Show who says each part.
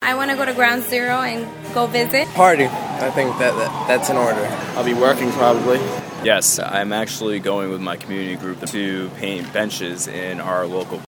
Speaker 1: I want to go to Ground Zero and go visit.
Speaker 2: Party. I think that, that that's in order.
Speaker 3: I'll be working probably.
Speaker 4: Yes, I'm actually going with my community group to paint benches in our local